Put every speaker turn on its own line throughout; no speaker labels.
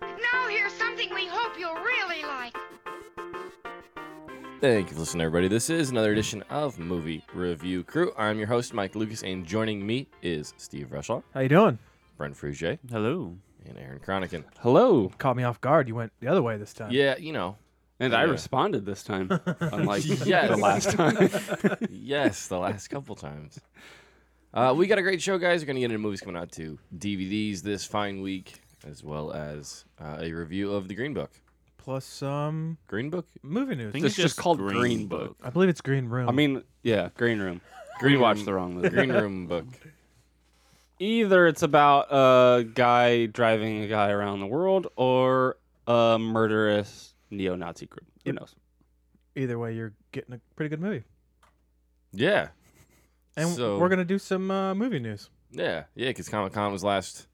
Now here's something we hope you'll really like.
Thank you for listening, everybody. This is another edition of Movie Review Crew. I'm your host, Mike Lucas, and joining me is Steve Rushlaw,
How you doing?
Brent Frugier,
Hello.
and Aaron Cronican. Hello.
Caught me off guard. You went the other way this time.
Yeah, you know.
And I
Yeah.
responded this time, unlike
Yes.
the last time.
Yes, the last couple times. Uh, we got a great show, guys. We're going to get into movies coming out to DVDs this fine week, as well as uh, a review of The Green Book.
Plus some
Green Book?
movie news.
it's just called Green, Book.
I believe it's Green Room.
I mean, yeah, Green Room.
Green
Green watched
Room-
the wrong movie.
Green Room Book.
Either it's about a guy driving a guy around the world or a murderous neo-Nazi group. Who
Yep.
knows?
either way, you're getting a pretty good movie.
Yeah.
And
So-
we're gonna do some uh, movie news
Yeah. Yeah, because Comic Con was last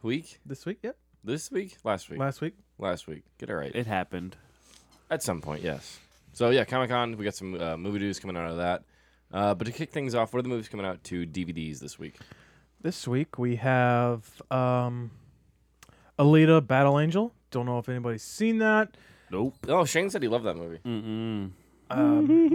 week.
this week. Yep,
This week? Last week.
last week.
last week. Get it right.
It happened.
At some point, yes. So yeah, Comic Con. We got some uh, movie news coming out of that. Uh, but to kick things off, what are the movies coming out to DVDs this week?
This week we have um, Alita: Battle Angel. Don't know if anybody's seen that.
Nope.
Oh, Shane said he loved that movie.
Mm-mm.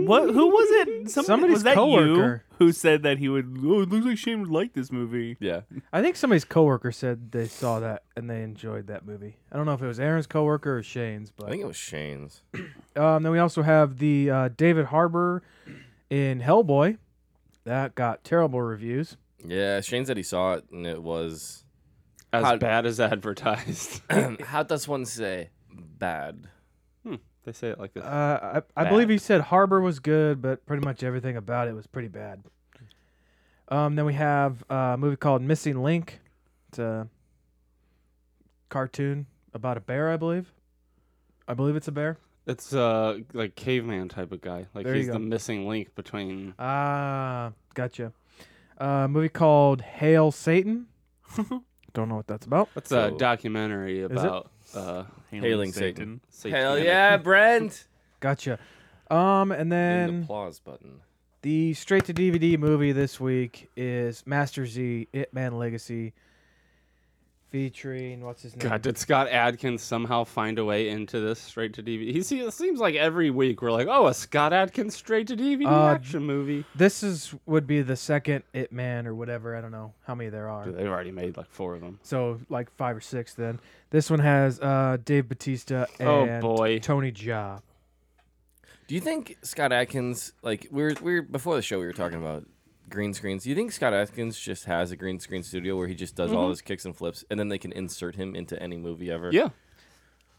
What? Who was it? Somebody,
Somebody's
was that
coworker.
you who said that he would? Oh, it looks like Shane would like this movie.
Yeah,
I think somebody's coworker said they saw that and they enjoyed that movie. I don't know if it was Aaron's coworker or Shane's, but
I think it was Shane's.
Um, then we also have the uh, David Harbour in Hellboy. That got terrible reviews.
Yeah, Shane said he saw it and it was
As
How-
bad as advertised.
how does one say bad?
Hmm. they say it like this.
Uh, I, I believe he said Harbour was good, but pretty much everything about it was pretty bad. Um, then we have uh, a movie called Missing Link. It's a cartoon about a bear, I believe. I believe it's a bear.
It's uh like caveman type of guy. Like
There you
he's the
go.
missing link between.
Ah, gotcha. Uh, a movie called Hail Satan. Don't know what that's about.
That's a
So-
documentary about uh
Hailing Satan.
satanic-
Hell yeah, Brent!
Gotcha. Um, and
And
then
the applause button.
The straight to DVD movie this week is Master Z It Man Legacy featuring what's his name?
God, did Scott Adkins somehow find a way into this straight to DVD? He see, it seems like every week we're like, oh, a Scott Adkins straight to DVD
Uh,
action movie.
This is would be the second It Man or whatever, I don't know how many there are.
Dude, they've already made like four of them.
So like 5 or 6 then. This one has uh Dave Batista and
Oh, boy.
Tony Jaa.
Do you think Scott Atkins like we were we were before the show we were talking about green screens? Do you think Scott Atkins just has a green screen studio where he just does all his kicks and flips and then they can insert him into any movie ever?
Yeah,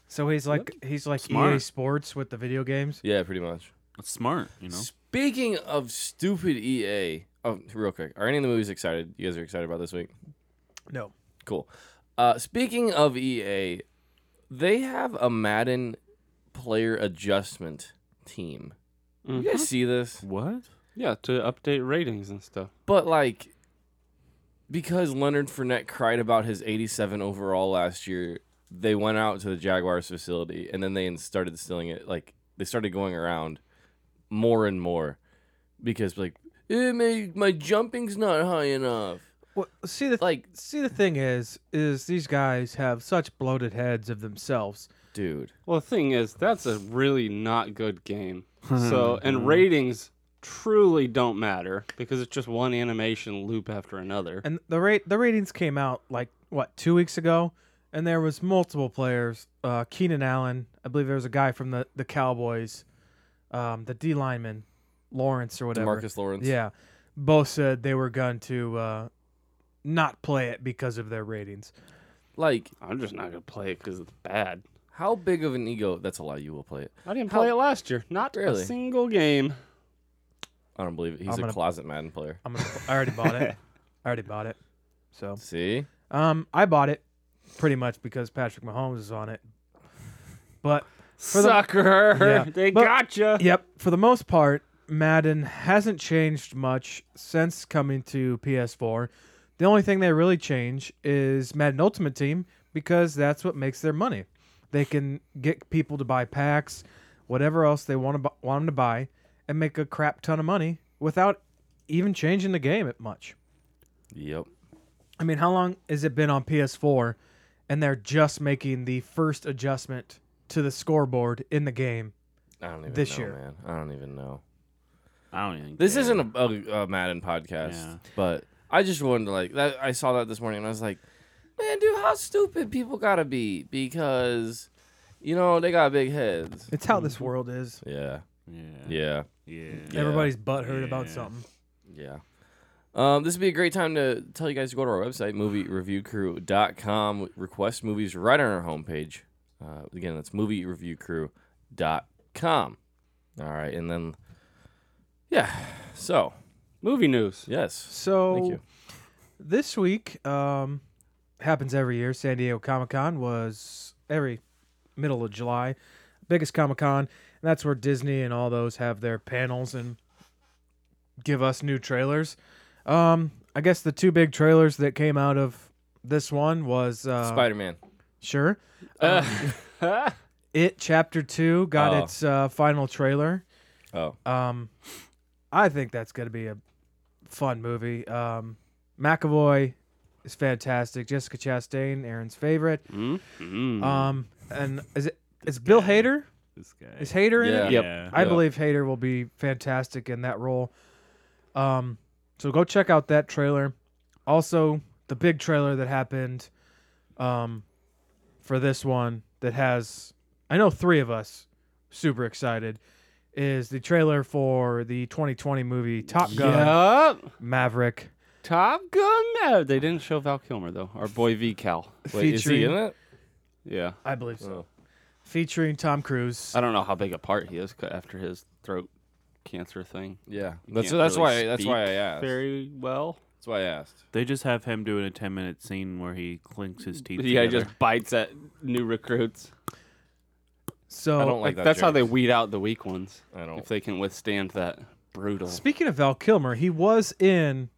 So he's like he's like EA
Smart.
Sports with the video games.
Yeah, pretty much.
That's smart, you know.
Speaking of stupid EA, oh, real quick, are any of the movies excited? You guys are excited about this week?
No.
Cool. Uh, speaking of EA, they have a Madden player adjustment team. You guys see this?
What?
Mm-hmm. yeah, to update ratings and stuff.
But like, because Leonard Fournette cried about his 87 overall last year, they went out to the Jaguars facility and then they started stealing it. Like they started going around more and more because like, eh, my, my jumping's not high enough.
Well, see the
Like,
see the thing is is these guys have such bloated heads of themselves.
dude,
Well, the thing is, that's a really not good game. so,
Mm-hmm.
and ratings truly don't matter because it's just one animation loop after another.
and the rate the ratings came out like what two weeks ago and there was multiple players uh keenan allen i believe there was a guy from the the cowboys um the d lineman lawrence or whatever
Marcus Lawrence.
yeah both said they were going to uh not play it because of their ratings
Like,
I'm just not gonna play it because it's bad.
how big of an ego? That's a lie. You will play it.
I didn't
How-
play it last year. Not
Really?
a single game.
I don't believe it. He's
I'm
a
gonna-
closet Madden player.
i'm gonna i already bought it i already bought it so
See,
um i bought it pretty much because patrick mahomes is on it but For the-
Sucker!
Yeah.
They
But-
gotcha.
Yep. For the most part, Madden hasn't changed much since coming to PS4. The only thing they really change is Madden Ultimate Team because that's what makes their money. They can get people to buy packs, whatever else they want to bu- want them to buy, and make a crap ton of money without even changing the game much.
Yep.
I mean, how long has it been on PS4 and they're just making the first adjustment to the scoreboard in the game?
I don't even
This
know,
year.
man. I don't even know.
I don't even.
This
care.
isn't a, a, a Madden podcast,
Yeah.
but I just wanted to like that. I saw that this morning and I was like, man, dude, how stupid people gotta be because, you know, they got big heads.
It's how this world is.
Yeah.
Yeah.
Yeah.
Yeah.
Yeah.
Everybody's butthurt about
Yeah.
something.
Yeah. Um, this would be a great time to tell you guys to go to our website, moviereviewcrew.com. Request movies right on our homepage. Uh, again, that's moviereviewcrew.com. All right. And then, yeah. So,
Movie news.
yes.
So
Thank you.
this week um, happens every year. San Diego Comic Con was every middle of July, biggest Comic Con, and that's where Disney and all those have their panels and give us new trailers. Um, I guess the two big trailers that came out of this one was uh,
Spider Man.
Sure,
Oh
It Chapter Two got
Oh.
its uh, final trailer.
Oh.
Um, I think that's gonna be a fun movie. Um, McAvoy is fantastic. Jessica Chastain, Aaron's favorite.
Mm.
Um, and is it is Bill Hader?
This guy.
Is Hader in
Yeah.
it?
Yep.
Yeah.
I
Yeah.
believe Hader will be fantastic in that role. Um, so go check out that trailer. Also, the big trailer that happened, um, for this one that has I know three of us super excited is the trailer for the 2020 movie Top Gun
Yup.
Maverick.
Top Gun. No, they didn't show Val Kilmer though. Our boy V Cal.
Wait, is he in it?
Yeah.
I believe so. Featuring Tom Cruise.
Oh. I don't know how big a part he is cut after his throat cancer thing.
Yeah. That's
Can't
that's
really
why that's why I
speak
asked.
Very well.
That's why I asked.
They just have him doing a ten minute scene where he clinks his teeth.
Yeah, he
together.
just bites at new recruits.
So
I don't like
Like
that.
that's how they
joke.
weed out the weak ones.
I don't.
If they can withstand that brutal.
Speaking of Val Kilmer, he was in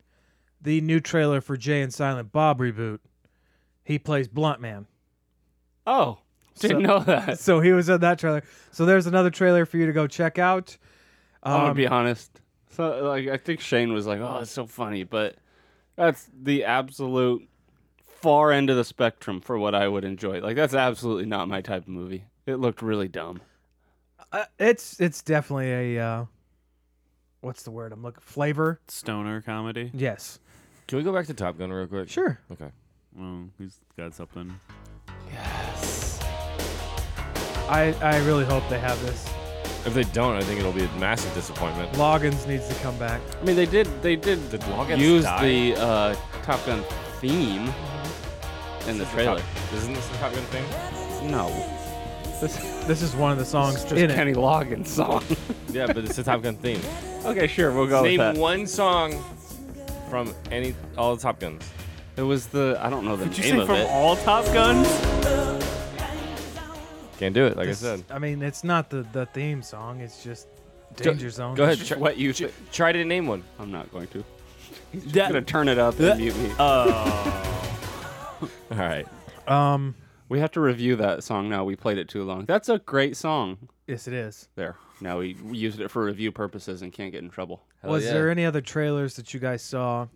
the new trailer for Jay and Silent Bob reboot. He plays Blunt Man.
Oh, didn't
So-
know that.
So he was in that trailer. So there's another trailer for you to go check out.
I'm gonna
Um,
be honest. So like I think Shane was like, "Oh, it's so funny," but that's the absolute far end of the spectrum for what I would enjoy. Like that's absolutely not my type of movie. It looked really dumb.
uh, it's it's definitely a uh, what's the word I'm looking flavor.
stoner comedy.
Yes,
Can we go back to Top Gun real quick?
sure.
Okay.
Well, he's got something.
I I really hope they have this.
If they don't, I think it'll be a massive disappointment.
Loggins needs to come back.
I mean, they did they did
Did Loggins
use
die?
the uh, Top Gun theme
Mm-hmm.
in the trailer.
Isn't this the Top Gun thing?
No,
This this is one of the songs
just
in it.
Kenny Loggins song.
Yeah, but it's the Top Gun theme.
okay, sure, we'll go
Name
with that.
one song from any all the Top Guns.
It was the I don't know the
Did you
name
say
of
from
it.
all Top Guns?
Can't do it, like
This-
I said.
I mean, it's not the the theme song. It's just Danger Zone.
Go ahead, try,
what you? thi-
try to name one.
I'm not going to. I'm gonna
That,
turn it up and mute me.
All right.
Um,
We have to review that song now. We played it too long. That's a great song.
yes, it is.
There. Now we we used it for review purposes and can't get in trouble.
Was
yeah.
there any other trailers that you guys saw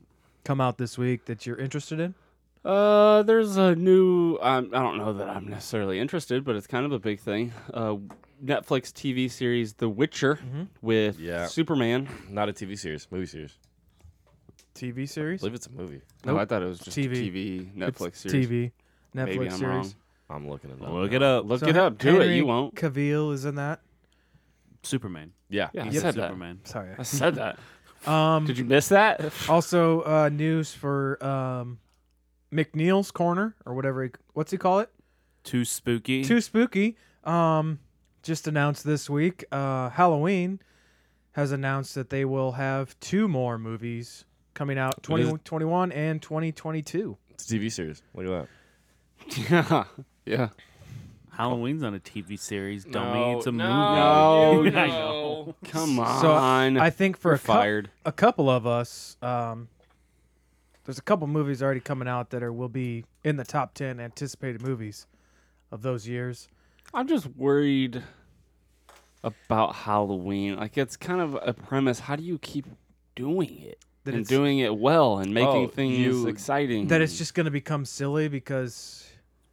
come out this week that you're interested in?
Uh, there's a new. Um, I don't know that I'm necessarily interested, but it's kind of a big thing. Uh, Netflix TV series The Witcher
Mm-hmm.
with
Yeah.
Superman.
Not a TV series, movie series.
TV
I
series?
believe it's a movie.
No, I thought it was just TV,
TV.
TV
It's
Netflix series.
TV. Netflix
Maybe I'm
series.
wrong.
I'm looking it up.
look it up.
Look
So
it
Hen-
up. Do it.
Henry
You won't.
Cavill is in that.
Superman.
Yeah.
Yeah, I
He's
said that.
Superman.
Sorry.
I said that.
Um,
Did you miss that?
also, uh, news for um, McNeil's Corner or whatever. He, what's he call it?
Too spooky.
Too spooky. Um, just announced this week. Uh, Halloween has announced that they will have two more movies coming out 2021 and 2022.
It's a TV series. What do you want?
yeah. Yeah.
Halloween's on a TV series, dummy.
No,
it's a
no,
movie.
you
I know.
Come on.
So I think for
You're
a, cou-
fired.
a couple of us, um, there's a couple movies already coming out that are will be in the top ten anticipated movies of those years.
I'm just worried about Halloween. Like it's kind of a premise. How do you keep doing it
That
and
it's-
doing it well and making
Oh,
things
you-
exciting?
That it's just gonna become silly because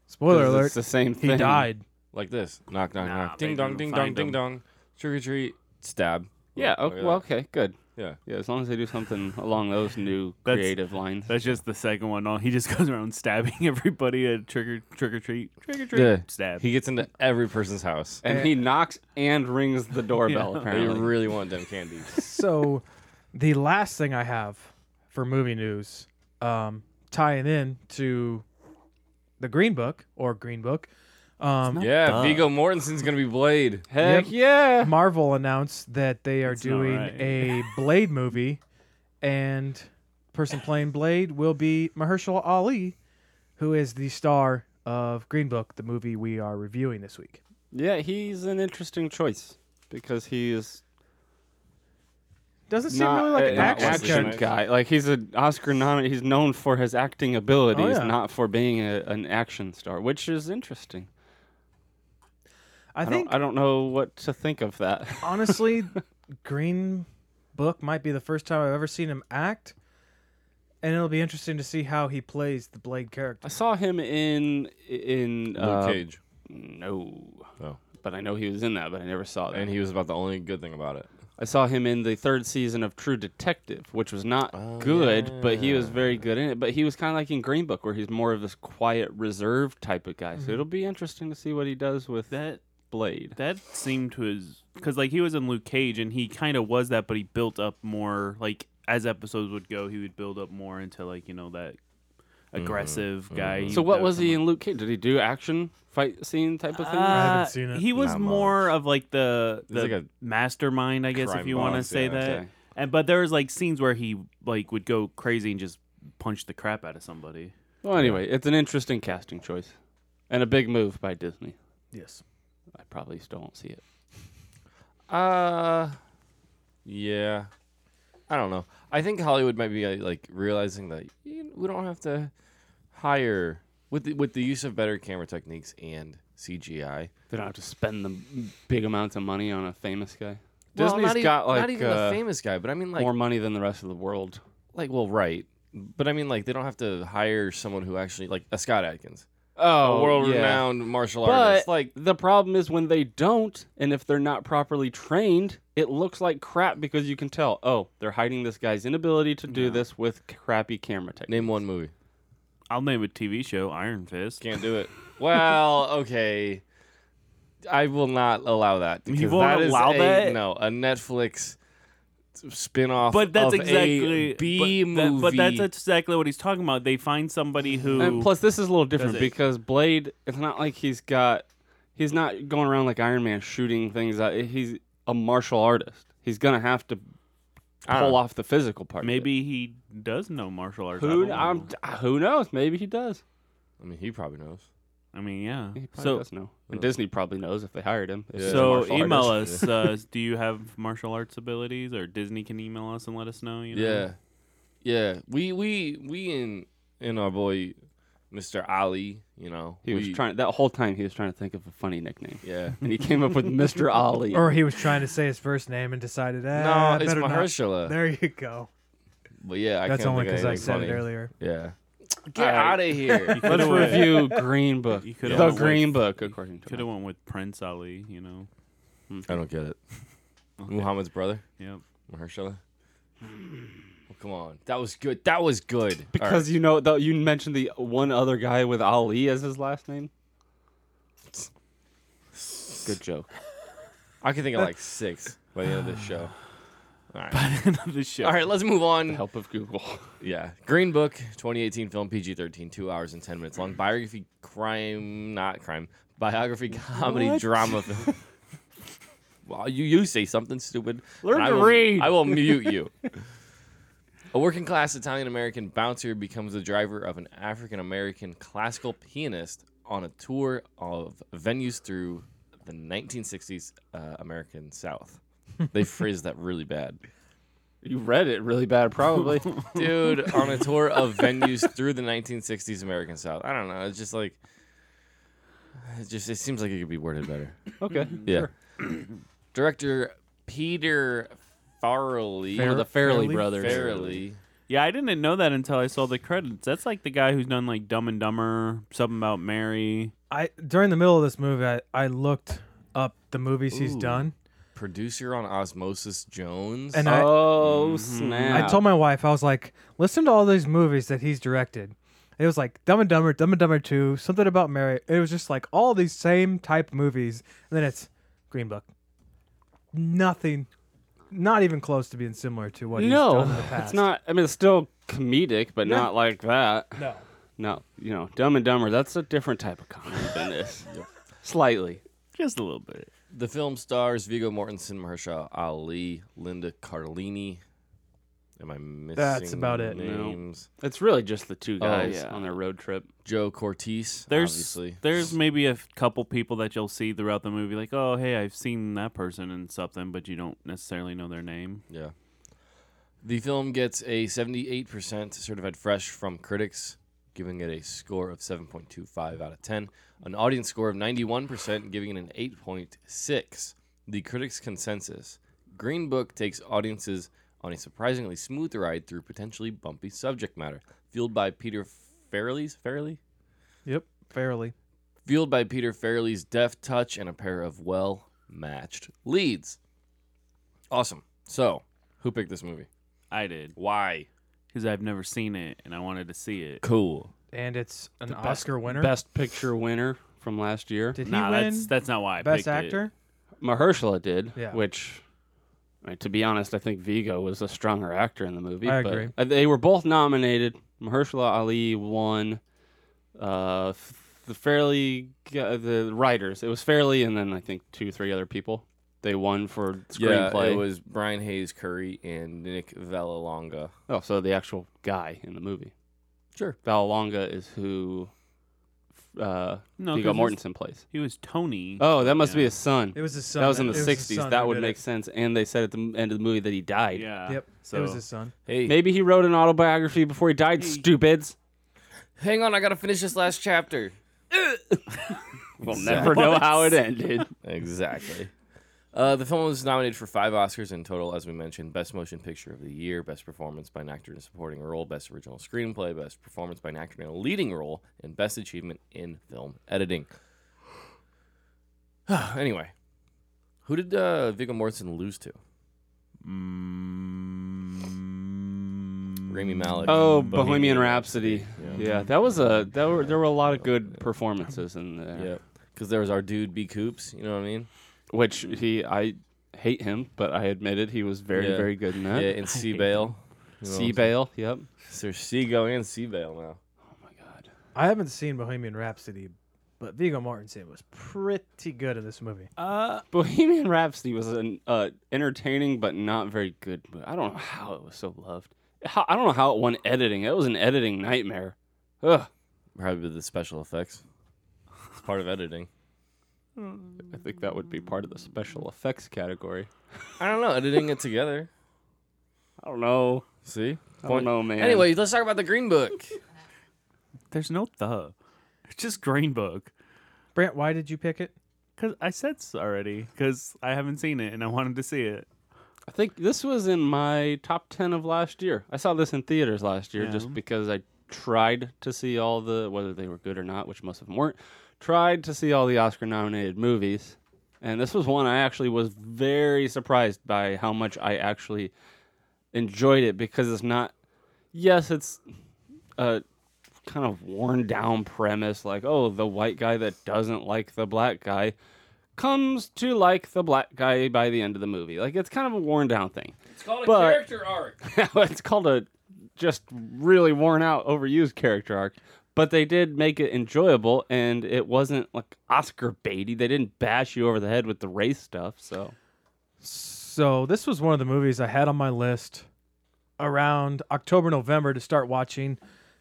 spoiler
'Cause
alert,
It's the same
he
thing.
died.
like this. Knock, knock,
Nah,
knock.
they
Ding dong,
didn't
ding dong,
find
ding
him.
dong. Trick or treat. Stab.
Yeah.
Look
o-
at
well,
that.
okay. Good.
Yeah.
Yeah. As long as they do something along those new
That's-
creative lines.
That's just the second one. On he just goes around stabbing everybody at trick or trick or treat, trick or treat,
Yeah.
stab.
He gets into every person's house.
And he knocks and rings the doorbell.
They
Apparently.
really want them candies.
so the last thing I have for movie news, um, tying in to the Green Book or Green Book, um,
yeah, Vigo Mortensen's gonna be Blade.
Heck yeah.
Marvel announced that they are
not
doing
right.
a Blade movie, and person playing Blade will be Mahershala Ali, who is the star of Green Book, the movie we are reviewing this week.
Yeah. He's an interesting choice because he is
Doesn't seem
not
really like
a-
an
an
action,
action
character.
guy. Like he's an Oscar nominee. He's known for his acting abilities,
Oh, yeah.
not for being a, an action star, which is interesting.
I
I,
think
don't. I don't know what to think of that.
honestly, Green Book might be the first time I've ever seen him act, and it'll be interesting to see how he plays the Blade character.
I saw him in in uh,
Luke Cage.
No.
Oh.
But I know he was in that, but I never saw that.
And he was about the only good thing about it.
I saw him in the third season of True Detective, which was not good, but he was very good in it. But he was kind of like in Green Book, where he's more of this quiet, reserved type of
Mm-hmm.
guy. So it'll be interesting to see what he does with
that
Blade.
that seemed to his because like he was in Luke Cage and he kind of was that, but he built up more like as episodes would go, he would build up more into like you know that
Mm-hmm.
aggressive guy.
So what was he in Luke Cage? Did he do action fight scene type of thing?
Uh,
haven't seen it.
Uh, He was
Not
more of like the the
like a
mastermind, I guess, if
crime
you want to
boss,
say
yeah,
that.
okay.
And but there was like scenes where he like would go crazy and just punch the crap out of somebody.
well, anyway, it's an interesting casting choice and a big move by Disney.
Yes.
I probably still won't see it. Uh,
Yeah.
I don't know.
I think Hollywood might be uh, like realizing that you we don't have to hire with the, with the use of better camera techniques and CGI.
They don't have to spend the m- big amounts of money on a famous guy.
Well,
Disney's
not e-
got like
not even
uh,
a famous guy, but I mean like
more money than the rest of the world.
like well right, but I mean like they don't have to hire someone who actually like a Scott Adkins,
Oh,
a world renowned martial
But
artist. Like
the problem is when they don't, and if they're not properly trained, it looks like crap because you can tell. Oh, they're hiding this guy's inability to do this with crappy camera technique.
name one movie.
I'll name a TV show Iron Fist.
Can't do it. well, okay. I will not allow that. because
won't
that is
allow
a-
that?
No, a Netflix spin-off
But that's
of
exactly
a B
but, that-
movie.
but that's exactly what he's talking about. They find somebody who
And plus, this is a little different
it?
because Blade. It's not like he's got. He's not going around like Iron Man shooting things. Out. He's a martial artist. He's gonna have to
I don't
pull off the physical part. of it.
maybe he does know martial arts. I
Who
don't
I'm, uh,
know.
who knows? Maybe he does.
I mean, he probably knows.
I mean, yeah.
He probably
So
does know. And Disney probably knows if they hired him. if he's a
So
martial
email
artist.
us. Uh, do you have martial arts abilities, or Disney can email us and let us know? You know?
Yeah, yeah. We we we in in our boy, Mr. Ali. You know,
He was
we-
trying that whole time. He was trying to think of a funny nickname,
Yeah.
and he came up with Mr. Ollie.
Or he was trying to say his first name and decided, eh,
No,
I
it's
better not."
Mahershala.
There you go.
But yeah, I
That's
can't
only
because
because I said it earlier.
Yeah.
Get
Out of here.
Let's
Could've went-
review Green Book.
You could've
The
went with-
Green Book, according
Could
to
have went with Prince Ali. You know.
I don't get it. Muhammad's brother.
Yep.
Mahershala. Well, come on, that was good. That was good.
because you know though you mentioned the one other guy with Ali as his last name. Good joke.
I can think of like six by the end of this show.
the show.
All right, let's move on.
Help of Google.
Yeah, Green Book, 2018 film, PG-13, two hours and ten minutes long. Biography, crime, not crime, biography, comedy, drama film. well, you you say something stupid.
Learn
and I
to
will,
read.
I will mute you. A working class Italian American bouncer becomes the driver of an African American classical pianist on a tour of venues through the 1960s uh, American South. They phrased that really bad.
You read it really bad, probably.
Dude, on a tour of venues through the 1960s American South. I don't know. It's just like, it just it seems like it could be worded better.
okay.
Yeah. Director Peter Farrelly.
Or the Fairley,
Farrelly?
brothers.
Farrelly.
Yeah, I didn't know that until I saw the credits. That's like the guy who's done like Dumb and Dumber, something about Mary.
I during the middle of this movie, I, I looked up the movies he's
Ooh.
done,
Producer on Osmosis Jones.
and I
Oh snap!
I told my wife I was like, listen to all these movies that he's directed. It was like Dumb and Dumber, Dumb and Dumber Two, something about Mary. It was just like all these same type movies, and then it's Green Book. Nothing, not even close to being similar to what
no,
he's done in the past.
it's not. I mean, it's still comedic, but not like that.
No.
No, you know, Dumb and Dumber. That's a different type of comedy than this. Slightly.
Just a little bit.
The film stars Vigo Mortensen, Mahershala Ali, Linda Carlini. Am I missing
That's about it. No.
Names.
It's really just the two guys
yeah.
on their road trip.
Joe Cortese.
There's
obviously.
there's maybe a couple people that you'll see throughout the movie, like, oh hey, I've seen that person in something, but you don't necessarily know their name.
Yeah. The film gets a 78% certified fresh from critics, giving it a score of 7.25 out of 10, an audience score of 91%, giving it an 8.6. The critics' consensus Green Book takes audiences on a surprisingly smooth ride through potentially bumpy subject matter, fueled by Peter Farrelly's. Farrelly?
Yep, fairly.
fueled by Peter Farrelly's deft touch and a pair of well matched leads. Awesome. So, who picked this movie?
I did
Why?
because I've never seen it and I wanted to see it.
Cool.
And it's an
The best-
Oscar winner.
Best picture winner from last year.
Did he
nah,
win
that's that's not why I
Best
picked it.
Actor?
Mahershala did,
Yeah.
which, I mean, to be honest, I think Vigo was a stronger actor in the movie.
I
but
agree.
uh, They were both nominated. Mahershala Ali won. Uh, f- the fairly uh, the writers. It was fairly, and then I think two, three other people. They won for
Yeah,
screenplay.
it was Brian Hayes Curry and Nick Vallelonga.
oh, so the actual guy in the movie.
Sure.
Vallelonga is who uh,
No,
Viggo
'cause it's-
Mortensen plays.
He was Tony.
Oh, that must be
Yeah.
his son.
It was his son.
that was in the
it his
'60s.
son
That
who
would
did
make
it.
sense. And they said at the m- end of the movie that he died.
yeah.
Yep,
So
it was his son.
Hey,
Maybe he wrote an autobiography before he died, stupids.
hang on, I gotta finish this last chapter.
We'll never know how it ended.
Exactly. Uh, the film was nominated for five Oscars in total, as we mentioned: Best Motion Picture of the Year, Best Performance by an Actor in a Supporting Role, Best Original Screenplay, Best Performance by an Actor in a Leading Role, and Best Achievement in Film Editing. anyway, who did uh, Viggo Mortensen lose to? Rami Malek.
Oh, Bohemian Rhapsody. Yeah. that was a that were there were a lot of good performances in there.
yeah, because there was our dude B Coops. You know what I mean?
Which he I hate him, but I admitted he was very
Yeah.
very good in
Yeah,
that.
and Sea Bale.
Sea Bale. Yep.
There's Seago and Sea Bale now.
Oh my god.
I haven't seen Bohemian Rhapsody, but Vigo Mortensen was pretty good in this movie.
Uh, Bohemian Rhapsody was an uh, entertaining but not very good. Movie. I don't know how it was so loved. How, I don't know how it won editing. It was an editing nightmare. Ugh.
Probably the special effects. It's part of editing.
I think that would be part of the special effects category.
I don't know. Editing it together.
I don't know.
See?
I don't know, man.
Anyway, let's talk about the Green Book.
There's no the. It's just Green Book.
Brant, why did you pick it?
Cause I said so already. Cause I haven't seen it and I wanted to see it.
I think this was in my top 10 of last year. I saw this in theaters last year
Yeah.
just because I tried to see all the, whether they were good or not, which most of them weren't, tried to see all the Oscar nominated movies. And this was one I actually was very surprised by how much I actually enjoyed it because it's not, yes, it's a kind of worn down premise like, oh, the white guy that doesn't like the black guy comes to like the black guy by the end of the movie. Like it's kind of a worn down thing.
It's called a
But-
character arc.
it's called a just really worn out, overused character arc. But they did make it enjoyable, and it wasn't like Oscar baity. They didn't bash you over the head with the race stuff. So
So this was one of the movies I had on my list around October, November to start watching.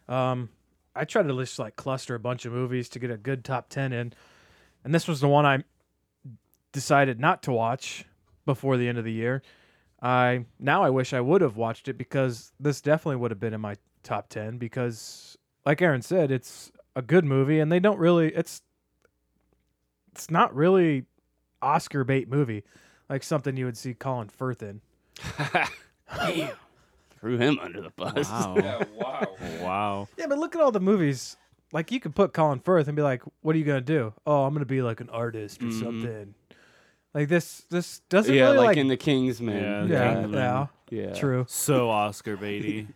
Um, I try to just like cluster a bunch of movies to get a good top ten in, and this was the one I decided not to watch before the end of the year. I now I wish I would have watched it because this definitely would have been in my top 10 because like Aaron said it's a good movie and they don't really it's it's not really Oscar bait movie like something you would see Colin Firth in.
Threw him under the bus.
Yeah, wow.
Wow.
Yeah, but look at all the movies like you could put Colin Firth and be like what are you going to do? Oh, I'm going to be like an artist or something. Like this this doesn't
Mm-hmm. yeah,
really
like,
like,
in the Kingsman.
yeah,
kind of-
yeah,
yeah.
true.
So Oscar baity.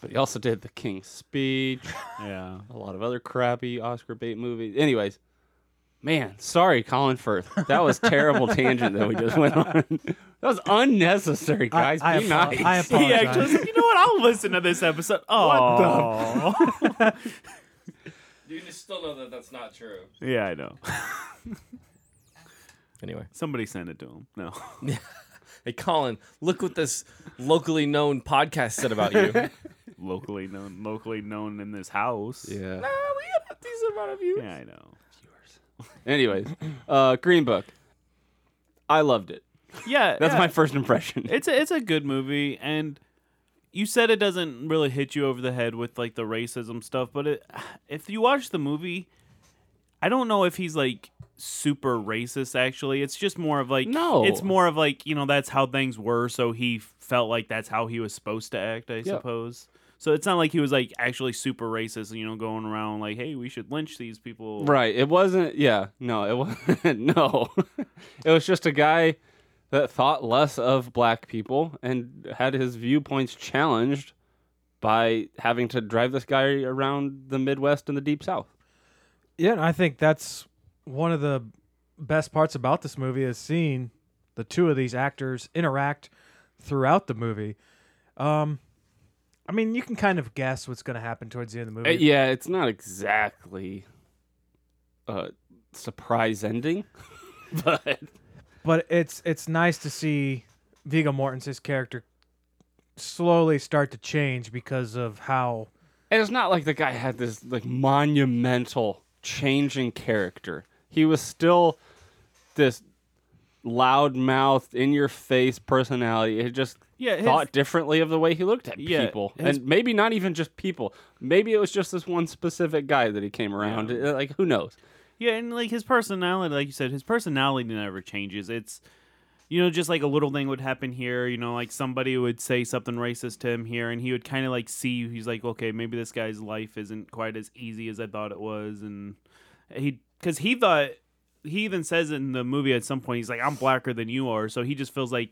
But he also did the King's Speech,
yeah.
a lot of other crappy Oscar bait movies. Anyways, man, sorry, Colin Firth. That was terrible tangent that we just went on. That was unnecessary,
I-
guys.
I,
Be
apo-
nice.
I
He
apologize.
actually said, you know what? I'll listen to this episode. Oh.
You just still know that that's not true.
yeah, I know.
Anyway,
Somebody send it to him. No.
hey Colin, look what this locally known podcast said about you.
locally known locally known in this house.
yeah.
Yeah, I know.
Anyways, uh, Green Book. I loved it.
Yeah.
That's
yeah.
my first impression.
it's a, it's a good movie and you said it doesn't really hit you over the head with like the racism stuff but it, if you watch the movie i don't know if he's like super racist actually it's just more of like
No.
it's more of like you know that's how things were so he felt like that's how he was supposed to act i suppose so it's not like he was like actually super racist you know going around like hey we should lynch these people
Right. It wasn't. Yeah. No. It wasn't. No. it was just a guy that thought less of black people and had his viewpoints challenged by having to drive this guy around the Midwest and the Deep South.
Yeah, and I think that's one of the best parts about this movie is seeing the two of these actors interact throughout the movie. Um, I mean, you can kind of guess what's going to happen towards the end of the
Uh,
movie.
yeah. It's not exactly a surprise ending, but
but it's it's nice to see Viggo Mortensen's character slowly start to change because of how
And it's not like the guy had this like monumental change in character. He was still this loud-mouthed, in-your-face personality. He just
Yeah, his-
thought differently of the way he looked at
Yeah,
people,
his-
and maybe not even just people. Maybe it was just this one specific guy that he came around. Uh, Like who knows?
Yeah, and like his personality, like you said, his personality never changes. It's you know, just like a little thing would happen here, you know, like somebody would say something racist to him here and he would kind of like see he's like, "Okay, maybe this guy's life isn't quite as easy as I thought it was." And he cuz he thought he even says in the movie at some point he's like, "I'm blacker than you are." So he just feels like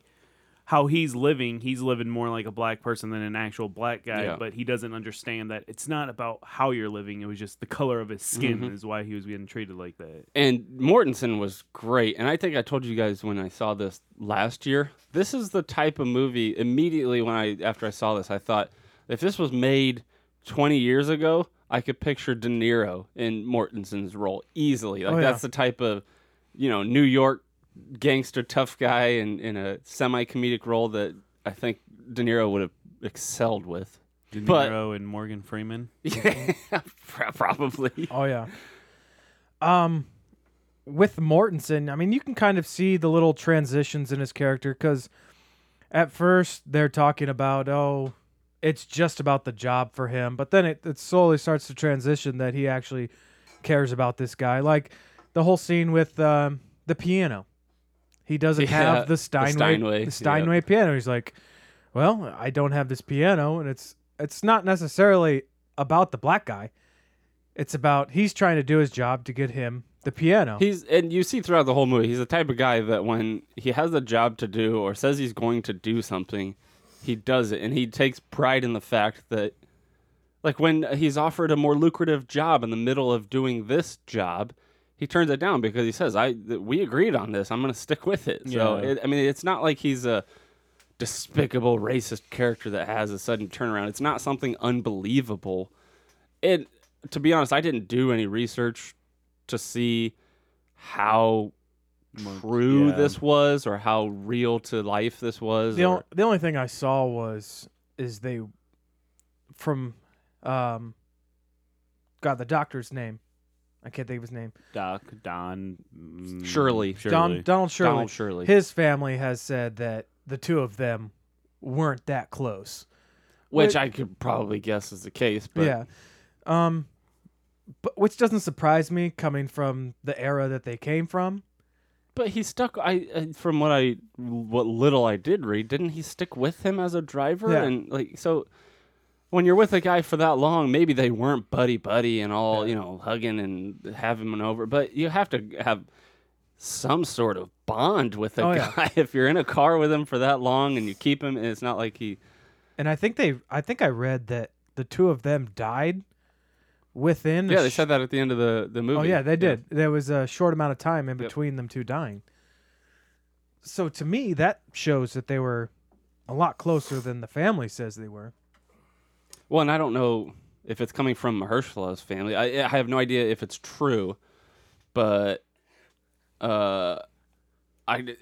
how he's living, he's living more like a black person than an actual black guy,
Yeah.
but he doesn't understand that it's not about how you're living, it was just the color of his skin is why he was getting treated like that.
And Mortensen was great. And I think I told you guys when I saw this last year. This is the type of movie. Immediately when I after I saw this, I thought if this was made 20 years ago, I could picture De Niro in Mortensen's role easily. Like
Oh, yeah.
that's the type of, you know, New York gangster tough guy in in a semi comedic role that I think De Niro would have excelled with.
De
But-
Niro and Morgan Freeman.
Yeah, probably.
Oh yeah. Um, with Mortensen, I mean, you can kind of see the little transitions in his character because at first they're talking about oh, it's just about the job for him, but then it, it slowly starts to transition that he actually cares about this guy. Like the whole scene with um, the piano. He doesn't
Yeah,
have
the
the Steinway the
Steinway,
Steinway,
yep.
piano. He's like, well, I don't have this piano, and it's it's not necessarily about the black guy. It's about he's trying to do his job to get him the piano.
He's and you see throughout the whole movie, he's the type of guy that when he has a job to do or says he's going to do something, he does it, and he takes pride in the fact that, like when he's offered a more lucrative job in the middle of doing this job, he turns it down because he says, "I th- we agreed on this. I'm going to stick with it." So
Yeah.
it, I mean, it's not like he's a despicable racist character that has a sudden turnaround. It's not something unbelievable. It to be honest, I didn't do any research to see how true
yeah.
this was or how real to life this was.
the,
or-
on, the only thing I saw was is they from um God, the doctor's name. I can't think of his name.
Doc Don mm,
Shirley.
Don, Donald Shirley.
Donald Shirley.
His family has said that the two of them weren't that close.
which I could probably guess is the case, but
yeah. Um, but which doesn't surprise me coming from the era that they came from.
But he stuck. I uh, from what I what little I did read, didn't he stick with him as a driver?
Yeah.
And like so, when you're with a guy for that long, maybe they weren't buddy buddy and all you know hugging and having him over. But you have to have some sort of bond with a
Oh, yeah.
guy if you're in a car with him for that long and you keep him. And it's not like he.
And I think they, I think I read that the two of them died within. a
Yeah, they
sh-
said that at the end of the the movie.
Oh yeah, they did. There was a short amount of time in between them two dying. So to me, that shows that they were a lot closer than the family says they were.
Well, and I don't know if it's coming from Mahershala's family. I, I have no idea if it's true, but uh, I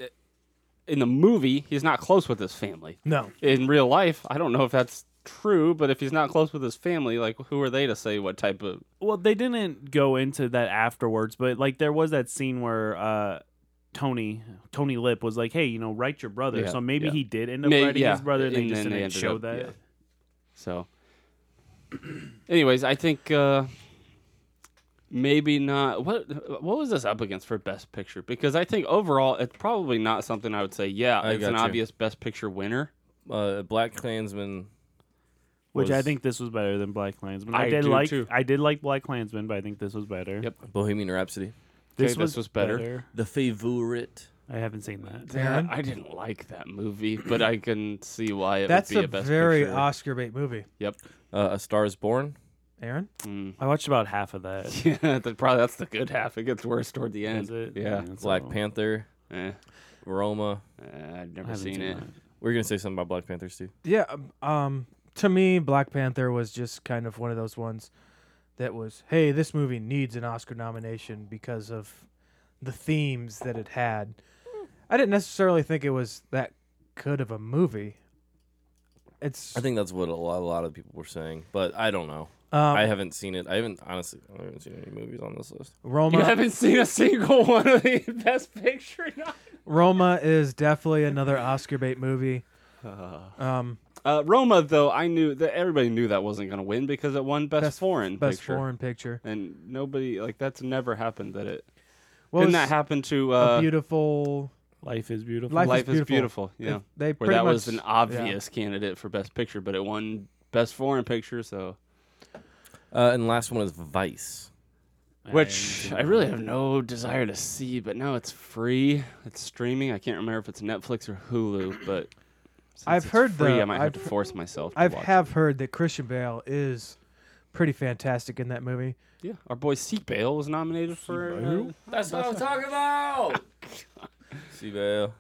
in the movie he's not close with his family.
No.
In real life, I don't know if that's true. But if he's not close with his family, like who are they to say what type of?
Well, they didn't go into that afterwards, but like there was that scene where uh Tony Tony Lip was like, "Hey, you know, write your brother."
Yeah,
so maybe
yeah.
he did end up
May-
writing
yeah,
his brother. They
and
just
then they
didn't
ended
show
up-
that.
yeah. So, anyways, I think uh, maybe not. What what was this up against for Best Picture? Because I think overall, it's probably not something I would say. Yeah,
I
it's an
got you.
obvious Best Picture winner.
Uh, Black Klansman.
Which I
was-
think this was better than Black Klansman. I,
I
did
do,
like
too.
I did like Black Klansman, but I think this was better.
Yep.
Bohemian Rhapsody.
This was, better.
The Favorite.
I haven't seen that.
Darren,
I didn't like that movie, but I can see why it
that's
would be
a
a Best
very
Picture.
Oscar bait movie.
Yep.
Uh, a Star Is Born.
Aaron,
Mm.
I watched about half of that.
Yeah, that- probably that's the good half. It gets worse toward the end.
Is it?
Yeah.
that's
Black
all.
Panther.
Eh,
Roma.
eh, I've
I
never
haven't
seen, it.
that.
We're gonna say something about Black Panther, Steve.
yeah. um, Um, to me, Black Panther was just kind of one of those ones that was, hey, this movie needs an Oscar nomination because of the themes that it had. I didn't necessarily think it was that good of a movie. It's
I think that's what a lot, a lot of people were saying, but I don't know.
um,
I haven't seen it. I haven't honestly. I haven't seen any movies on this list.
Roma.
You haven't seen a single one of the Best Picture. nom-
Roma is definitely another Oscar bait movie. Um,
Uh, Roma, though, I knew that everybody knew that wasn't going to win because it won Best,
Best-
Foreign
best
Picture,
foreign picture.
and nobody like that's never happened. That it
What
didn't
was
that happen to
a
uh,
beautiful
Life is beautiful.
life,
Life
is beautiful.
Yeah,
If They
where
pretty
that
much,
was an
yeah.
obvious candidate for Best Picture, but it won Best Foreign Picture. So,
Uh, and last one is Vice.
which I really have no desire to see, but now it's free. It's streaming. I can't remember if it's Netflix or Hulu, but since
I've
it's
heard
free.
the-
I might
I've
have to
he-
force myself. To
I
watch it.
have heard that Christian Bale is pretty fantastic in that movie.
Yeah, our boy Seat Bale was nominated for. uh,
That's what I'm talking about. Seabale.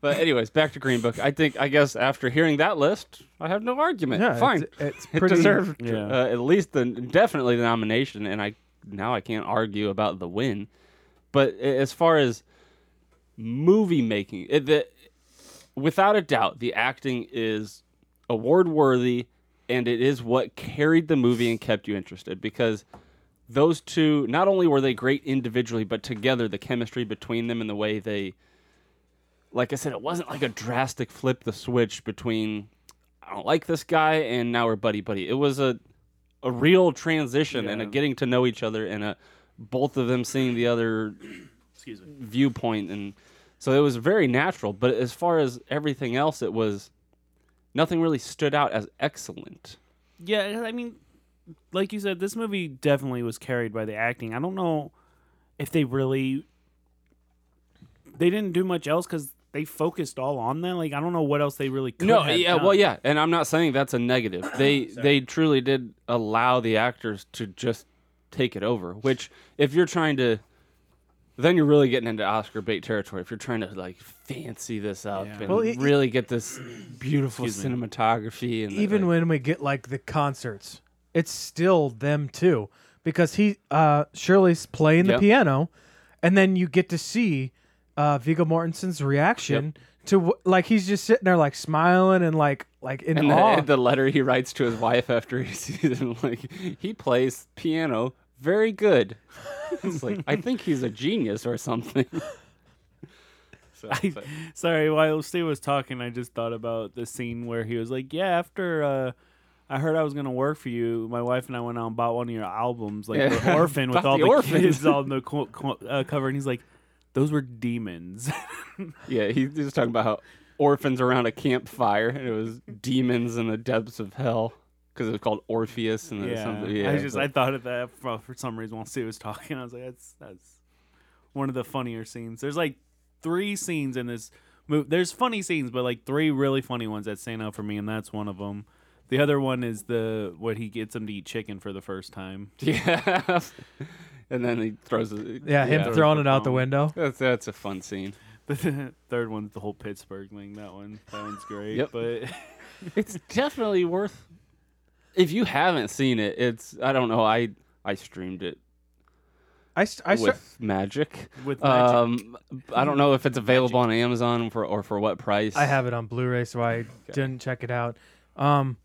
but anyways, back to Green Book. I think I guess after hearing that list, I have no argument.
Yeah,
Fine,
it's, it's
it
pretty
deserved
Yeah.
uh, at least the definitely the nomination, and I now I can't argue about the win. But a- as far as movie making, it, the, without a doubt, the acting is award worthy, and it is what carried the movie and kept you interested because those two not only were they great individually but together the chemistry between them and the way they like i said it wasn't like a drastic flip the switch between i don't like this guy and now we're buddy buddy it was a a real transition and a
Yeah.
getting to know each other and a both of them seeing the other
Excuse me.
viewpoint and so it was very natural but as far as everything else it was nothing really stood out as excellent
Yeah, I mean, like you said, this movie definitely was carried by the acting. I don't know if they really they didn't do much else because they focused all on that. Like I don't know what else they really could
no
have
yeah
done.
well yeah and i'm not saying that's a negative they they truly did allow the actors to just take it over which if you're trying to then you're really getting into oscar bait territory if you're trying to like fancy this up and
Well, e-
really get this beautiful cinematography and the,
even
like-
when we get like the concerts, it's still them too because he uh Shirley's playing the
Yep.
piano and then you get to see uh, Viggo Mortensen's reaction to to wh- like he's just sitting there like smiling and like like in
And
awe.
the, the letter he writes to his wife after he sees him, like he plays piano very good. It's like I think he's a genius or something. So, it's like-
Sorry, while Steve was talking, I just thought about the scene where he was like, "Yeah, after uh, I heard I was gonna work for you, my wife and I went out and bought one of your albums, like
Yeah.
the Orphan, with
Bought
all
The
the,
Orphan.
kids on the co- co- uh, cover," and he's like, "Those were demons."
yeah, he, he was talking about how orphans around a campfire, and it was demons in the depths of hell because it was called Orpheus, and then
yeah.
something. Yeah,
I just I
but-
thought of that for, for some reason while Steve was talking. I was like, "That's that's one of the funnier scenes." There's like three scenes in this movie. There's funny scenes, but like three really funny ones that stand out for me, and that's one of them. The other one is the what he gets him to eat chicken for the first time.
yeah. and then he throws it.
yeah, him
throws
throwing
the
it out the
phone.
window.
That's that's a fun scene.
The third one's the whole Pittsburgh thing. That one, that one's great.
Yep.
But
it's definitely worth if you haven't seen it it's i don't know i i streamed it
I st- I
with
start,
magic
with magic,
um i don't know if it's available on amazon for or for what price
I have it on Blu-ray, so I didn't check it out. Um,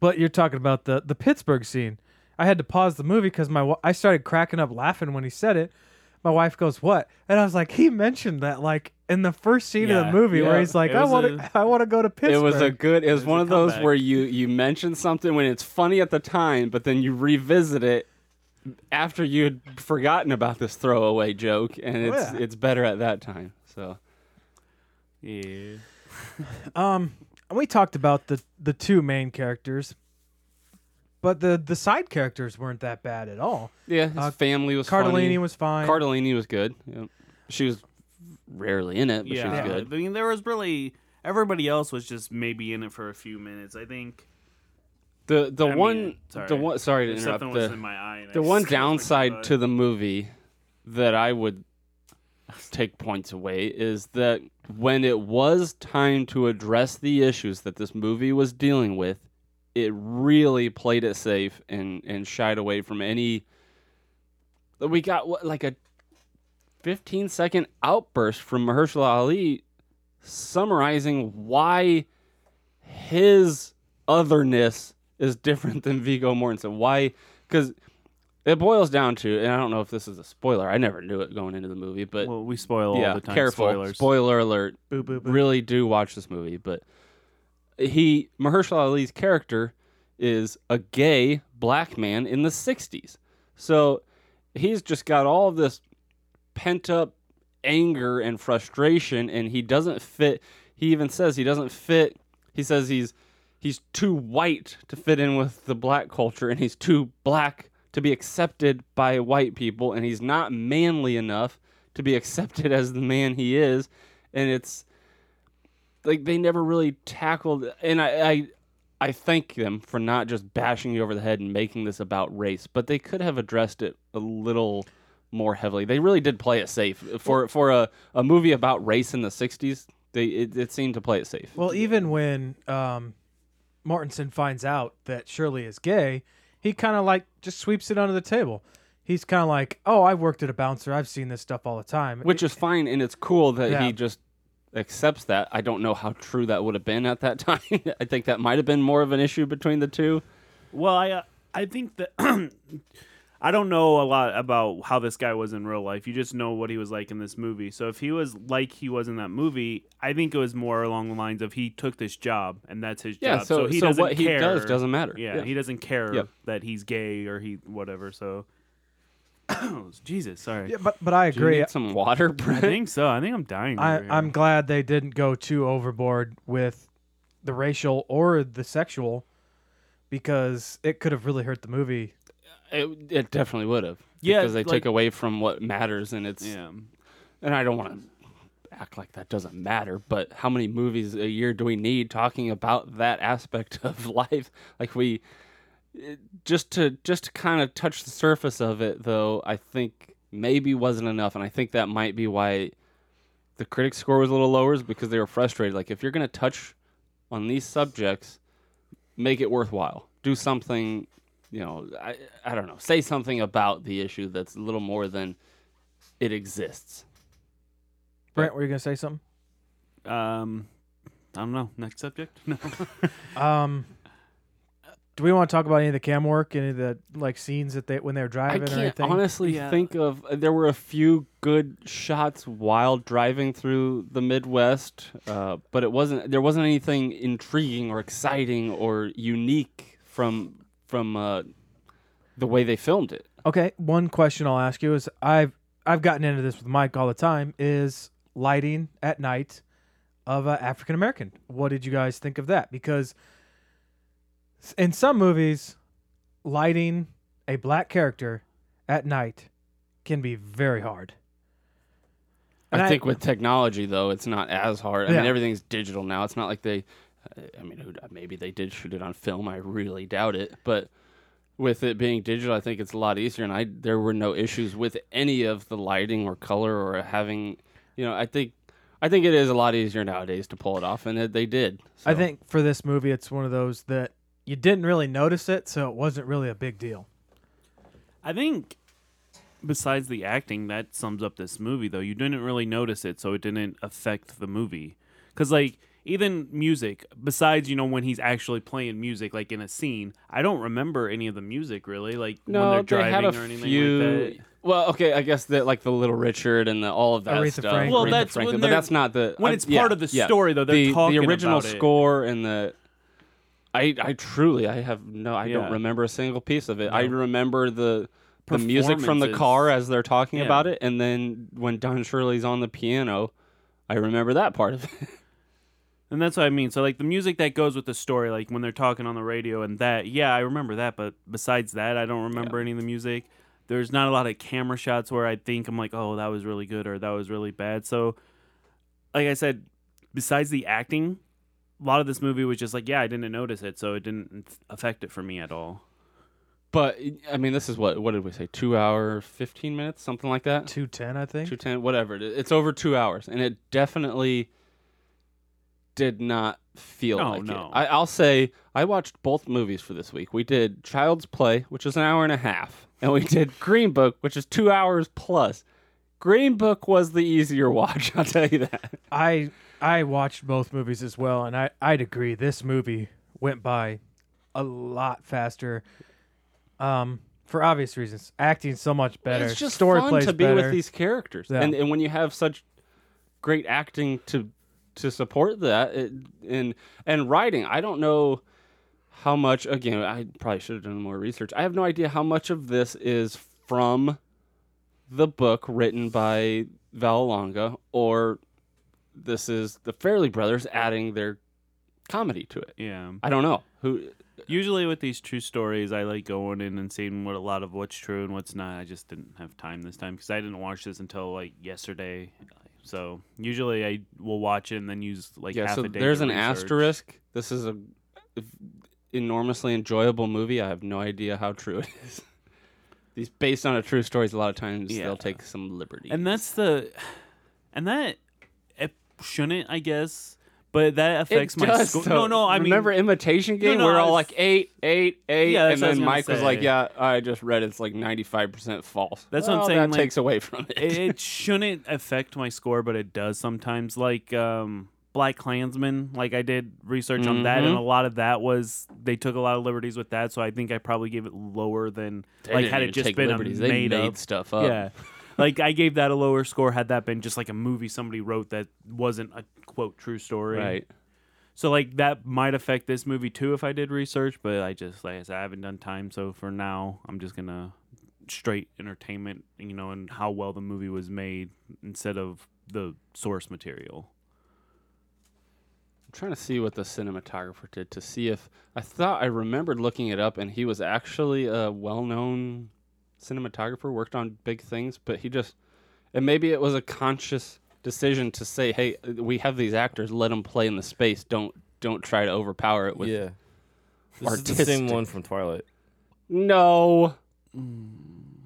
but you're talking about the the Pittsburgh scene. I had to pause the movie because my wa- I started cracking up laughing when he said it. My wife goes, "What?" And I was like, "He mentioned that like in the first scene of
Yeah,
the movie
yeah.
where he's like,
It
I
was
want to, I want to go to Pittsburgh."
it was a good it was,
was
one
a
of those
comeback.
where you you mention something when it's funny at the time but then you revisit it after you had forgotten about this throwaway joke and it's
Oh, yeah.
it's better at that time so
yeah.
Um, we talked about the the two main characters, but the the side characters weren't that bad at all.
yeah his
Uh,
family was
Cardellini
funny.
was fine.
Cardellini was good. Yep. She was rarely in it, but she was
yeah,
good.
I mean, there was really everybody else was just maybe in it for a few minutes. I think
The the
I
one
mean, sorry.
the one sorry to
If
interrupt
Something was
the,
in my eye. and
the
I
one
just was like,
downside
"Fuck."
to the movie that I would take points away is that when it was time to address the issues that this movie was dealing with, it really played it safe and and shied away from any we got what like a 15 second outburst from Mahershala Ali summarizing why his otherness is different than Vigo Mortensen. Why? Because it boils down to, and I don't know if this is a spoiler. I never knew it going into the movie, but
well, we spoil
yeah,
all the time.
careful.
Spoilers.
Spoiler alert.
Boo, boo, boo.
Really do watch this movie, but he Mahershala Ali's character is a gay black man in the '60s, so he's just got all of this pent up anger and frustration, and he doesn't fit. He even says he doesn't fit. He says he's he's too white to fit in with the black culture, and he's too black to be accepted by white people, and he's not manly enough to be accepted as the man he is, and it's like they never really tackled and I, I I thank them for not just bashing you over the head and making this about race, but they could have addressed it a little more heavily. They really did play it safe for for a, a movie about race in the '60s. They it, it seemed to play it safe.
Well, even when um, Martinson finds out that Shirley is gay, he kind of like just sweeps it under the table. He's kind of like, "Oh, I worked at a bouncer. I've seen this stuff all the time."
which is fine and it's cool that
Yeah.
he just accepts that i don't know how true that would have been at that time i think that might have been more of an issue between the two
Well, I uh, I think that I don't know a lot about how this guy was in real life. You just know what he was like in this movie. So if he was like he was in that movie, I think it was more along the lines of he took this job and that's his
Yeah,
job.
so-
he
so
doesn't
what he
care.
does doesn't matter.
Yeah,
Yeah.
he doesn't care
Yep.
that he's gay or he whatever. So Jesus, sorry.
yeah, but but I
Do you
agree.
need some water
I
Brett?
think so. I think I'm dying.
I,
over here.
I'm glad they didn't go too overboard with the racial or the sexual, because it could have really hurt the movie.
it, it definitely would have
Yeah,
because they
like-
took away from what matters and it's
Yeah.
and i don't want to act like that doesn't matter but how many movies a year do we need talking about that aspect of life like we it- just to just to kind of touch the surface of it though i think maybe wasn't enough and i think that might be why the critics score was a little lower is because they were frustrated like if you're going to touch on these subjects make it worthwhile do something you know I, I don't know say something about the issue that's a little more than it exists
Brent, were you gonna say something?
Um, I don't know. Next subject. No.
Um, do we want to talk about any of the cam work, any of the like scenes that they when they were
I
driving or
can't
anything?
honestly
Yeah.
think of. uh, There were a few good shots while driving through the Midwest, uh, but it wasn't. There wasn't anything intriguing or exciting or unique from from uh, the way they filmed it.
Okay, one question I'll ask you is I've I've gotten into this with Mike all the time is lighting at night of uh, African American. What did you guys think of that? Because s- in some movies, lighting a black character at night can be very hard. And
I, think with technology though, it's not as hard. I
Yeah.
mean, everything's digital now. It's not like they. uh, I mean, who- maybe they did shoot it on film. I really doubt it, but. With it being digital, I think it's a lot easier, and I there were no issues with any of the lighting or color or having, you know, I think, I think it is a lot easier nowadays to pull it off, and it, they did.
I
so.
think for this movie, it's one of those that you didn't really notice it, so it wasn't really a big deal.
I think besides the acting, that sums up this movie though. You didn't really notice it, so it didn't affect the movie. Cause like even music, besides, you know, when he's actually playing music, like in a scene, I don't remember any of the music really, like when they're driving or anything like that.
Well, okay, I guess that like the Little Richard and the, all of that
Aretha
stuff.
Franklin. Well,
Aretha
that's
Franklin,
when
but
they're-
that's not the
when
I-
it's part
yeah,
of the
yeah.
story, though, they're
the,
talking
the original
about it.
score and the. I I truly I have no I
Yeah.
don't remember a single piece of it. I remember the the music from the
Performances.
car as they're talking
Yeah.
about it, and then when Don Shirley's on the piano, I remember that part of it.
And that's what I mean. So like the music that goes with the story, like when they're talking on the radio and that, yeah, I remember that, but besides that, I don't remember any of the music. There's not a lot of camera shots where I think I'm like, "Oh, that was really good" or "That was really bad." So like I said, besides the acting, a lot of this movie was just like, "Yeah, I didn't notice it, so it didn't affect it for me at all."
But I mean, this is what what did we say? Two hour, fifteen minutes, something like that.
210, I think.
210 whatever it is. it's over two hours and it definitely did not feel
No,
like
no.
it I, i'll say i watched both movies for this week we did child's play which is an hour and a half and we did green book which is two hours plus green book was the easier watch i'll tell you that
I I watched both movies as well, and I I'd agree. This movie went by a lot faster, um, for obvious reasons. Acting so much better.
it's just
Story
fun
plays
to be
better.
with these characters
Yeah.
and, and when you have such great acting to to support that it, and and writing i don't know how much again i probably should have done more research i have no idea how much of this is from the book written by Vallelonga or this is the Fairley brothers adding their comedy to it
Yeah.
i don't know who
Usually with these true stories, I like going in and seeing what a lot of what's true and what's not. I just didn't have time this time because I didn't watch this until like yesterday. So usually I will watch it and then use like
yeah
half
so
a day.
there's
to
an
research.
asterisk this is a enormously enjoyable movie i have no idea how true it is these based on a true stories a lot of times
Yeah.
they'll take some liberty
and that's the, and that it shouldn't I guess, but that affects my
does,
score.
though.
No, no, I
remember
mean,
imitation game.
no,
We're
I
all
was-
like eight, eight, eight,
Yeah, that's
and
what I was
then
gonna
Mike was like,
say.
"Yeah, I just read it's like ninety five percent false."
That's what I'm
Well,
saying,
That
like,
takes away from it.
it, it shouldn't affect my score, but it does sometimes. Like um, Black Klansman, like I did research on that,
Mm-hmm.
and a lot of that was they took a lot of liberties with that. So I think I probably gave it lower than
They
like
didn't
had it
even
just
take
been a
liberties. They
made,
made
up
stuff up.
Yeah, like I gave that a lower score had that been just like a movie somebody wrote that wasn't a quote true story.
right.
So like that might affect this movie too if I did research, but I just like I said, I haven't done time, so for now I'm just gonna straight entertainment, you know, and how well the movie was made instead of the source material.
I'm trying to see what the cinematographer did to see if I thought I remembered looking it up, and he was actually a well-known cinematographer, worked on big things, but he just and maybe it was a conscious decision to say, "Hey, we have these actors, let them play in the space. Don't don't try to overpower it with."
yeah. This is the same
artistic.
one from Twilight.
No.
Mm.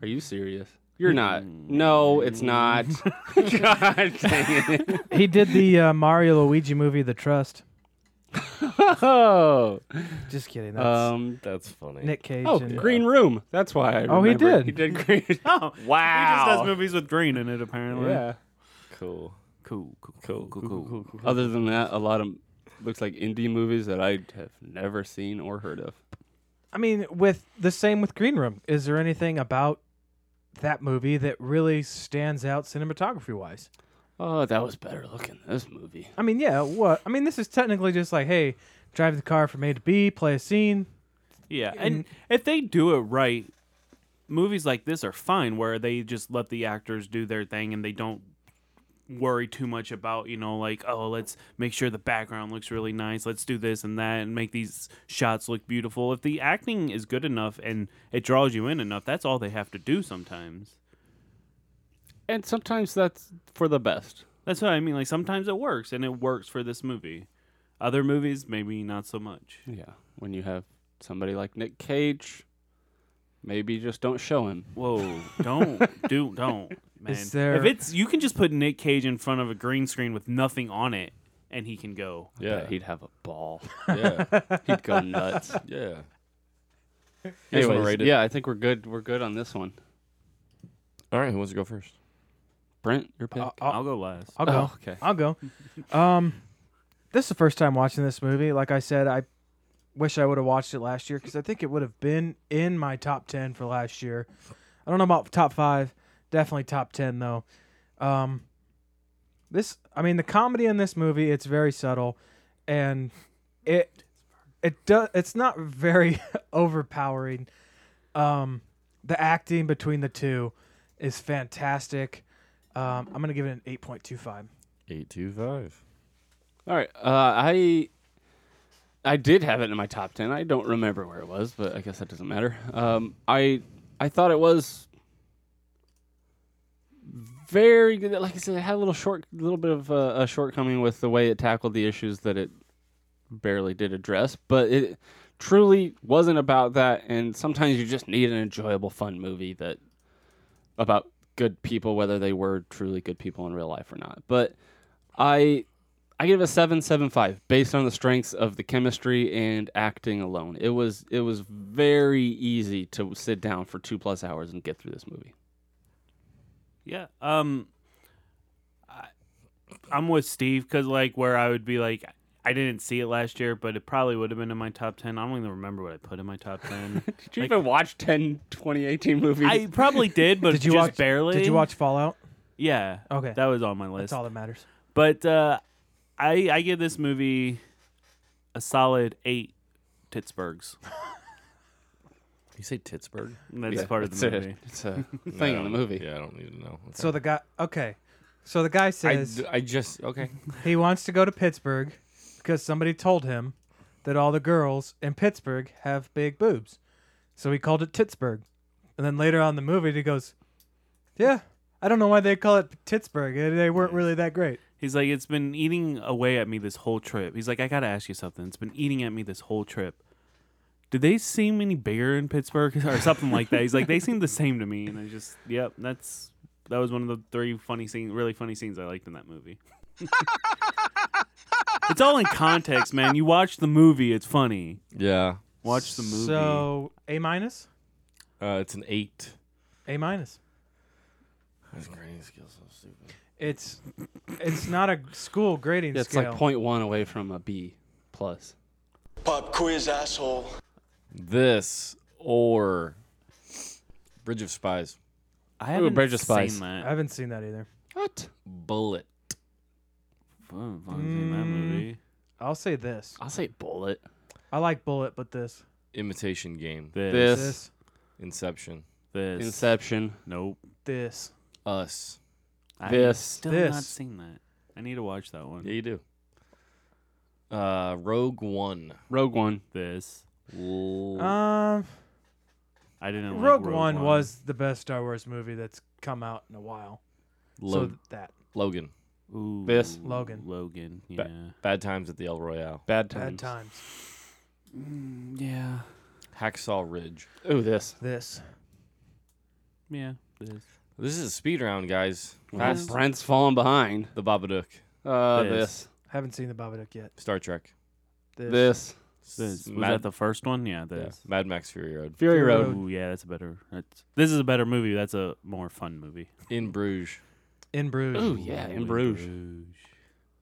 Are you serious? You're not. No, it's not. God dang it.
he did the uh, Mario Luigi movie, The Trust.
Oh.
Just kidding. That's
Um,
That's funny.
Nick Cage.
oh,
and,
Green Room. That's why I
Oh, he
remembered.
did.
He did Green
Oh, He just
Wow.
does movies with green in it apparently.
Yeah.
Cool.
Cool, cool, cool, cool, cool.
Other than that, a lot of looks like indie movies that I have never seen or heard of.
I mean, with the same with Green Room, is there anything about that movie that really stands out cinematography wise?
Oh, that was better looking than this movie.
I mean, yeah, what? I mean, this is technically just like, hey, drive the car from A to B, play a scene.
Yeah, and if they do it right, movies like this are fine where they just let the actors do their thing and they don't worry too much about, you know, like, oh, let's make sure the background looks really nice, let's do this and that and make these shots look beautiful. If the acting is good enough and it draws you in enough, that's all they have to do sometimes.
And sometimes that's for the best.
That's what I mean, like sometimes it works and it works for this movie. Other movies maybe not so much.
Yeah. When you have somebody like Nick Cage, maybe just don't show him.
Whoa, don't do don't man.
Is there-
If it's you can just put Nick Cage in front of a green screen with nothing on it and he can go.
Yeah,
Yeah.
he'd have a ball.
Yeah.
He'd go nuts.
yeah. Anyways,
Anyways, yeah, I think we're good. We're good on this one.
All right, who wants to go first?
Brent, your pick.
I'll,
I'll,
I'll,
go last.
I'll go.
Oh, okay.
I'll go. Um, this is the first time watching this movie. Like I said, I wish I would have watched it last year because I think it would have been in my top ten for last year. I don't know about top five, definitely top ten though. Um, this, I mean, the comedy in this movie it's very subtle, and it it does it's not very overpowering. Um, the acting between the two is fantastic. Um, I'm gonna give it an eight point two five.
825.
All right. Uh, I I did have it in my top ten. I don't remember where it was, but I guess that doesn't matter. Um, I I thought it was very good. Like I said, it had a little short, little bit of uh, a shortcoming with the way it tackled the issues that it barely did address, but it truly wasn't about that. And sometimes you just need an enjoyable, fun movie that about good people, whether they were truly good people in real life or not. But I I give it a seven seven five based on the strengths of the chemistry and acting alone. It was it was very easy to sit down for two plus hours and get through this movie.
Yeah. Um, I, I'm with Steve because like where I would be like I didn't see it last year, but it probably would have been in my top ten. I don't even remember what I put in my top ten.
Did you even watch 10, 2018 movies?
I probably did, but
Did you
just
watch
barely.
Did you watch Fallout?
Yeah.
Okay.
That was on my
That's
list.
all that matters.
But uh, I I give this movie a solid eight Pittsburghs.
You say Pittsburgh?
That's part of
it's
the
a,
movie.
It's a thing in the movie.
Yeah, I don't need to know. Okay.
So the guy, okay, so the guy
I,
says
d- I just, okay.
he wants to go to Pittsburgh because somebody told him that all the girls in Pittsburgh have big boobs, so he called it Pittsburgh, and then later on in the movie he goes, "Yeah, I don't know why they call it Pittsburgh. They weren't really that great."
He's like, it's been eating away at me this whole trip. He's like, I gotta ask you something. It's been eating at me this whole trip. Did they seem any bigger in Pittsburgh or something like that? He's like, they seem the same to me, and I just, yep, that's that was one of the three funny scenes, really funny scenes I liked in that movie. it's all in context, man. You watch the movie, it's funny.
Yeah.
Watch the movie.
So A minus,
Uh, it's an 8.
A minus.
His grading skills so stupid.
It's it's not a school grading
It's
scale.
like 0.1 away from a B plus.
Pop quiz, asshole.
This or Bridge of Spies.
I
Ooh,
haven't
Bridge of
seen
Spies.
I
that.
haven't seen that either.
What? Bullet.
I haven't fucking seen that movie.
I'll say this.
I'll say bullet.
I like Bullet, but this.
Imitation Game.
This,
This.
This.
Inception.
this,
Inception.
nope.
This.
Us.
I
This.
still not
This.
seen that. I need to watch that one.
Yeah, you do. Uh, Rogue One.
Rogue One.
This.
L-
Um,
I didn't like
Rogue, One, was the best Star Wars movie that's come out in a while.
Lo-
so that
Logan.
Ooh,
This.
Logan.
Logan. Yeah.
Ba- Bad Times at the El Royale.
Bad times.
bad times.
yeah.
Hacksaw Ridge.
Ooh, this.
This.
Yeah. This.
This is a speed round, guys. Fast.
Brent's falling behind.
The Babadook.
Uh,
This.
this.
Haven't seen the Babadook yet.
Star Trek.
This.
This.
This. Was
Mad,
that the first one? Yeah.
yeah,
This.
Mad Max Fury Road.
Fury
Fury
Road.
Road.
Ooh, yeah. That's a better. That's. This is a better movie. That's a more fun movie.
In Bruges.
In Bruges.
Oh yeah, in Bruges.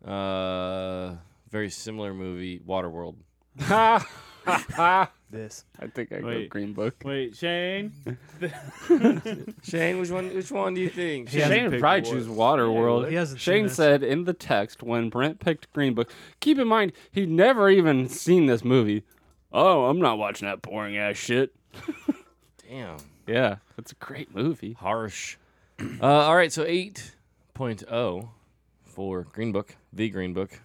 Uh, very similar movie, Waterworld.
Ha! I
This.
think I go
Wait.
Green Book.
Wait, Shane.
Shane, which one? Which one do you think?
He hasn't
Shane would probably choose Waterworld.
he hasn't seen
Shane
this.
said in the text when Brent picked Green Book. Keep in mind, he'd never even seen this movie. Oh, I'm not watching that boring ass shit.
Damn,
Yeah, it's a great movie.
harsh. uh, all right, so 8.0 for Green Book, the Green Book.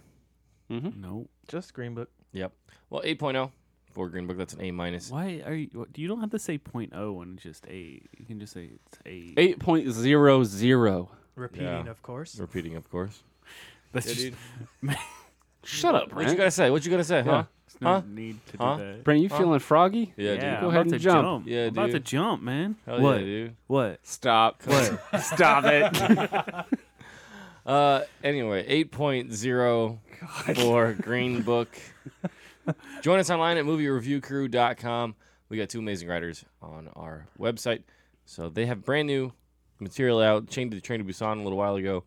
no.
Just Green Book.
Yep. Well, 8.0 for Green Book. That's an A minus.
Why are you? You don't have to say point oh and just eight. You can just say it's eight.
8.00.
Repeating,
Yeah.
of course.
Repeating, of course.
That's just,
Shut up,
What you
Brent.
gotta say? What you gotta say? Huh?
there's no
Huh?
need to
Huh?
do that.
Brent, you feeling froggy?
Yeah,
Yeah,
dude.
I'm
Go ahead
about
and
to
jump.
Yeah,
I'm about
dude.
to jump, man.
Hell
what?
Oh, yeah, dude.
What?
Stop.
What?
Stop it.
Uh, anyway, 8.0 for Green Book. Join us online at moviereviewcrew.com. We got two amazing writers on our website. So they have brand new material out. Chained to the Train to Busan a little while ago.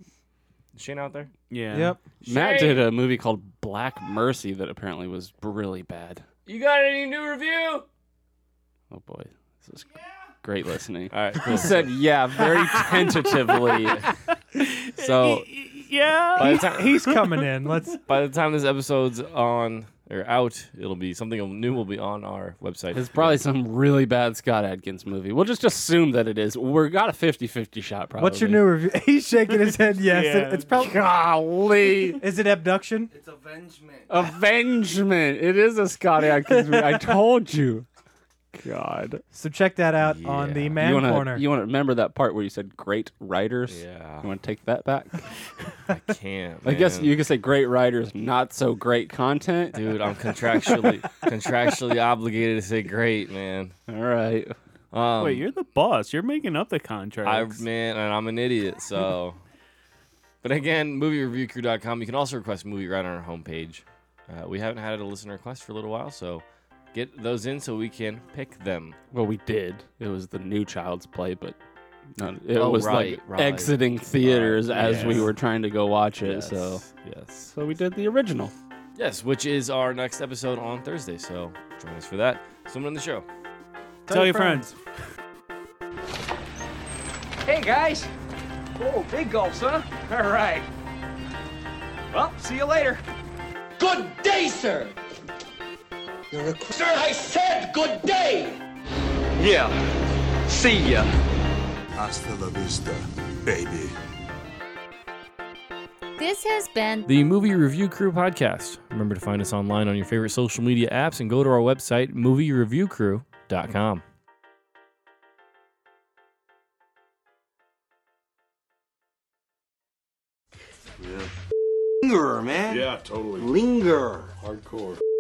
Is Shane out there?
yeah.
Yep.
Matt did a movie called Black Mercy that apparently was really bad.
You got any new review?
Oh boy, this is great listening.
All right, cool.
He said yeah very tentatively. so
Yeah.
by, the time,
He's coming in. Let's.
by the time this episode's on or out, it'll be something new will be on our website.
it's probably some really bad Scott Adkins movie. We'll just assume that it is. We're got a 50-50 shot probably.
What's your new review? He's shaking his head. Yes. It-
Yeah.
it's probably.
Golly,
Is it abduction?
Avengement. It is a Scott Adkins movie. I told you. God.
So check that out on the Man
you wanna,
Corner.
You want to remember that part where you said great writers? You
Yeah,
want to take that back?
I can't.
I guess
man.
you could say great writers, not so great content.
Dude, I'm contractually contractually obligated to say great, man.
All right.
Um,
Wait, you're the boss. You're making up the
I
contracts.
man, and I'm an idiot, so. but again, moviereviewcrew.com. You can also request a movie right on our homepage. Uh, we haven't had a listener request for a little while, so get those in so we can pick them.
Well, we did. It was the new Child's Play, but not, it
Oh,
was
right,
like
right.
exiting theaters as we
yes.
were trying to go watch it.
Yes,
So,
yes,
so we did the original.
yes, which is our next episode on Thursday. So join us for that. Someone in the show.
Tell your friends.
Hey, guys. Oh, big gulps, huh? All right. Well, see you later.
Good day, sir. You're a sir. I said good day.
Yeah. See ya.
Hasta la vista, baby.
This has been
The Movie Review Crew podcast. Remember to find us online on your favorite social media apps and go to our website, moviereviewcrew.com.
Linger, man. Yeah, totally. Linger. Hardcore.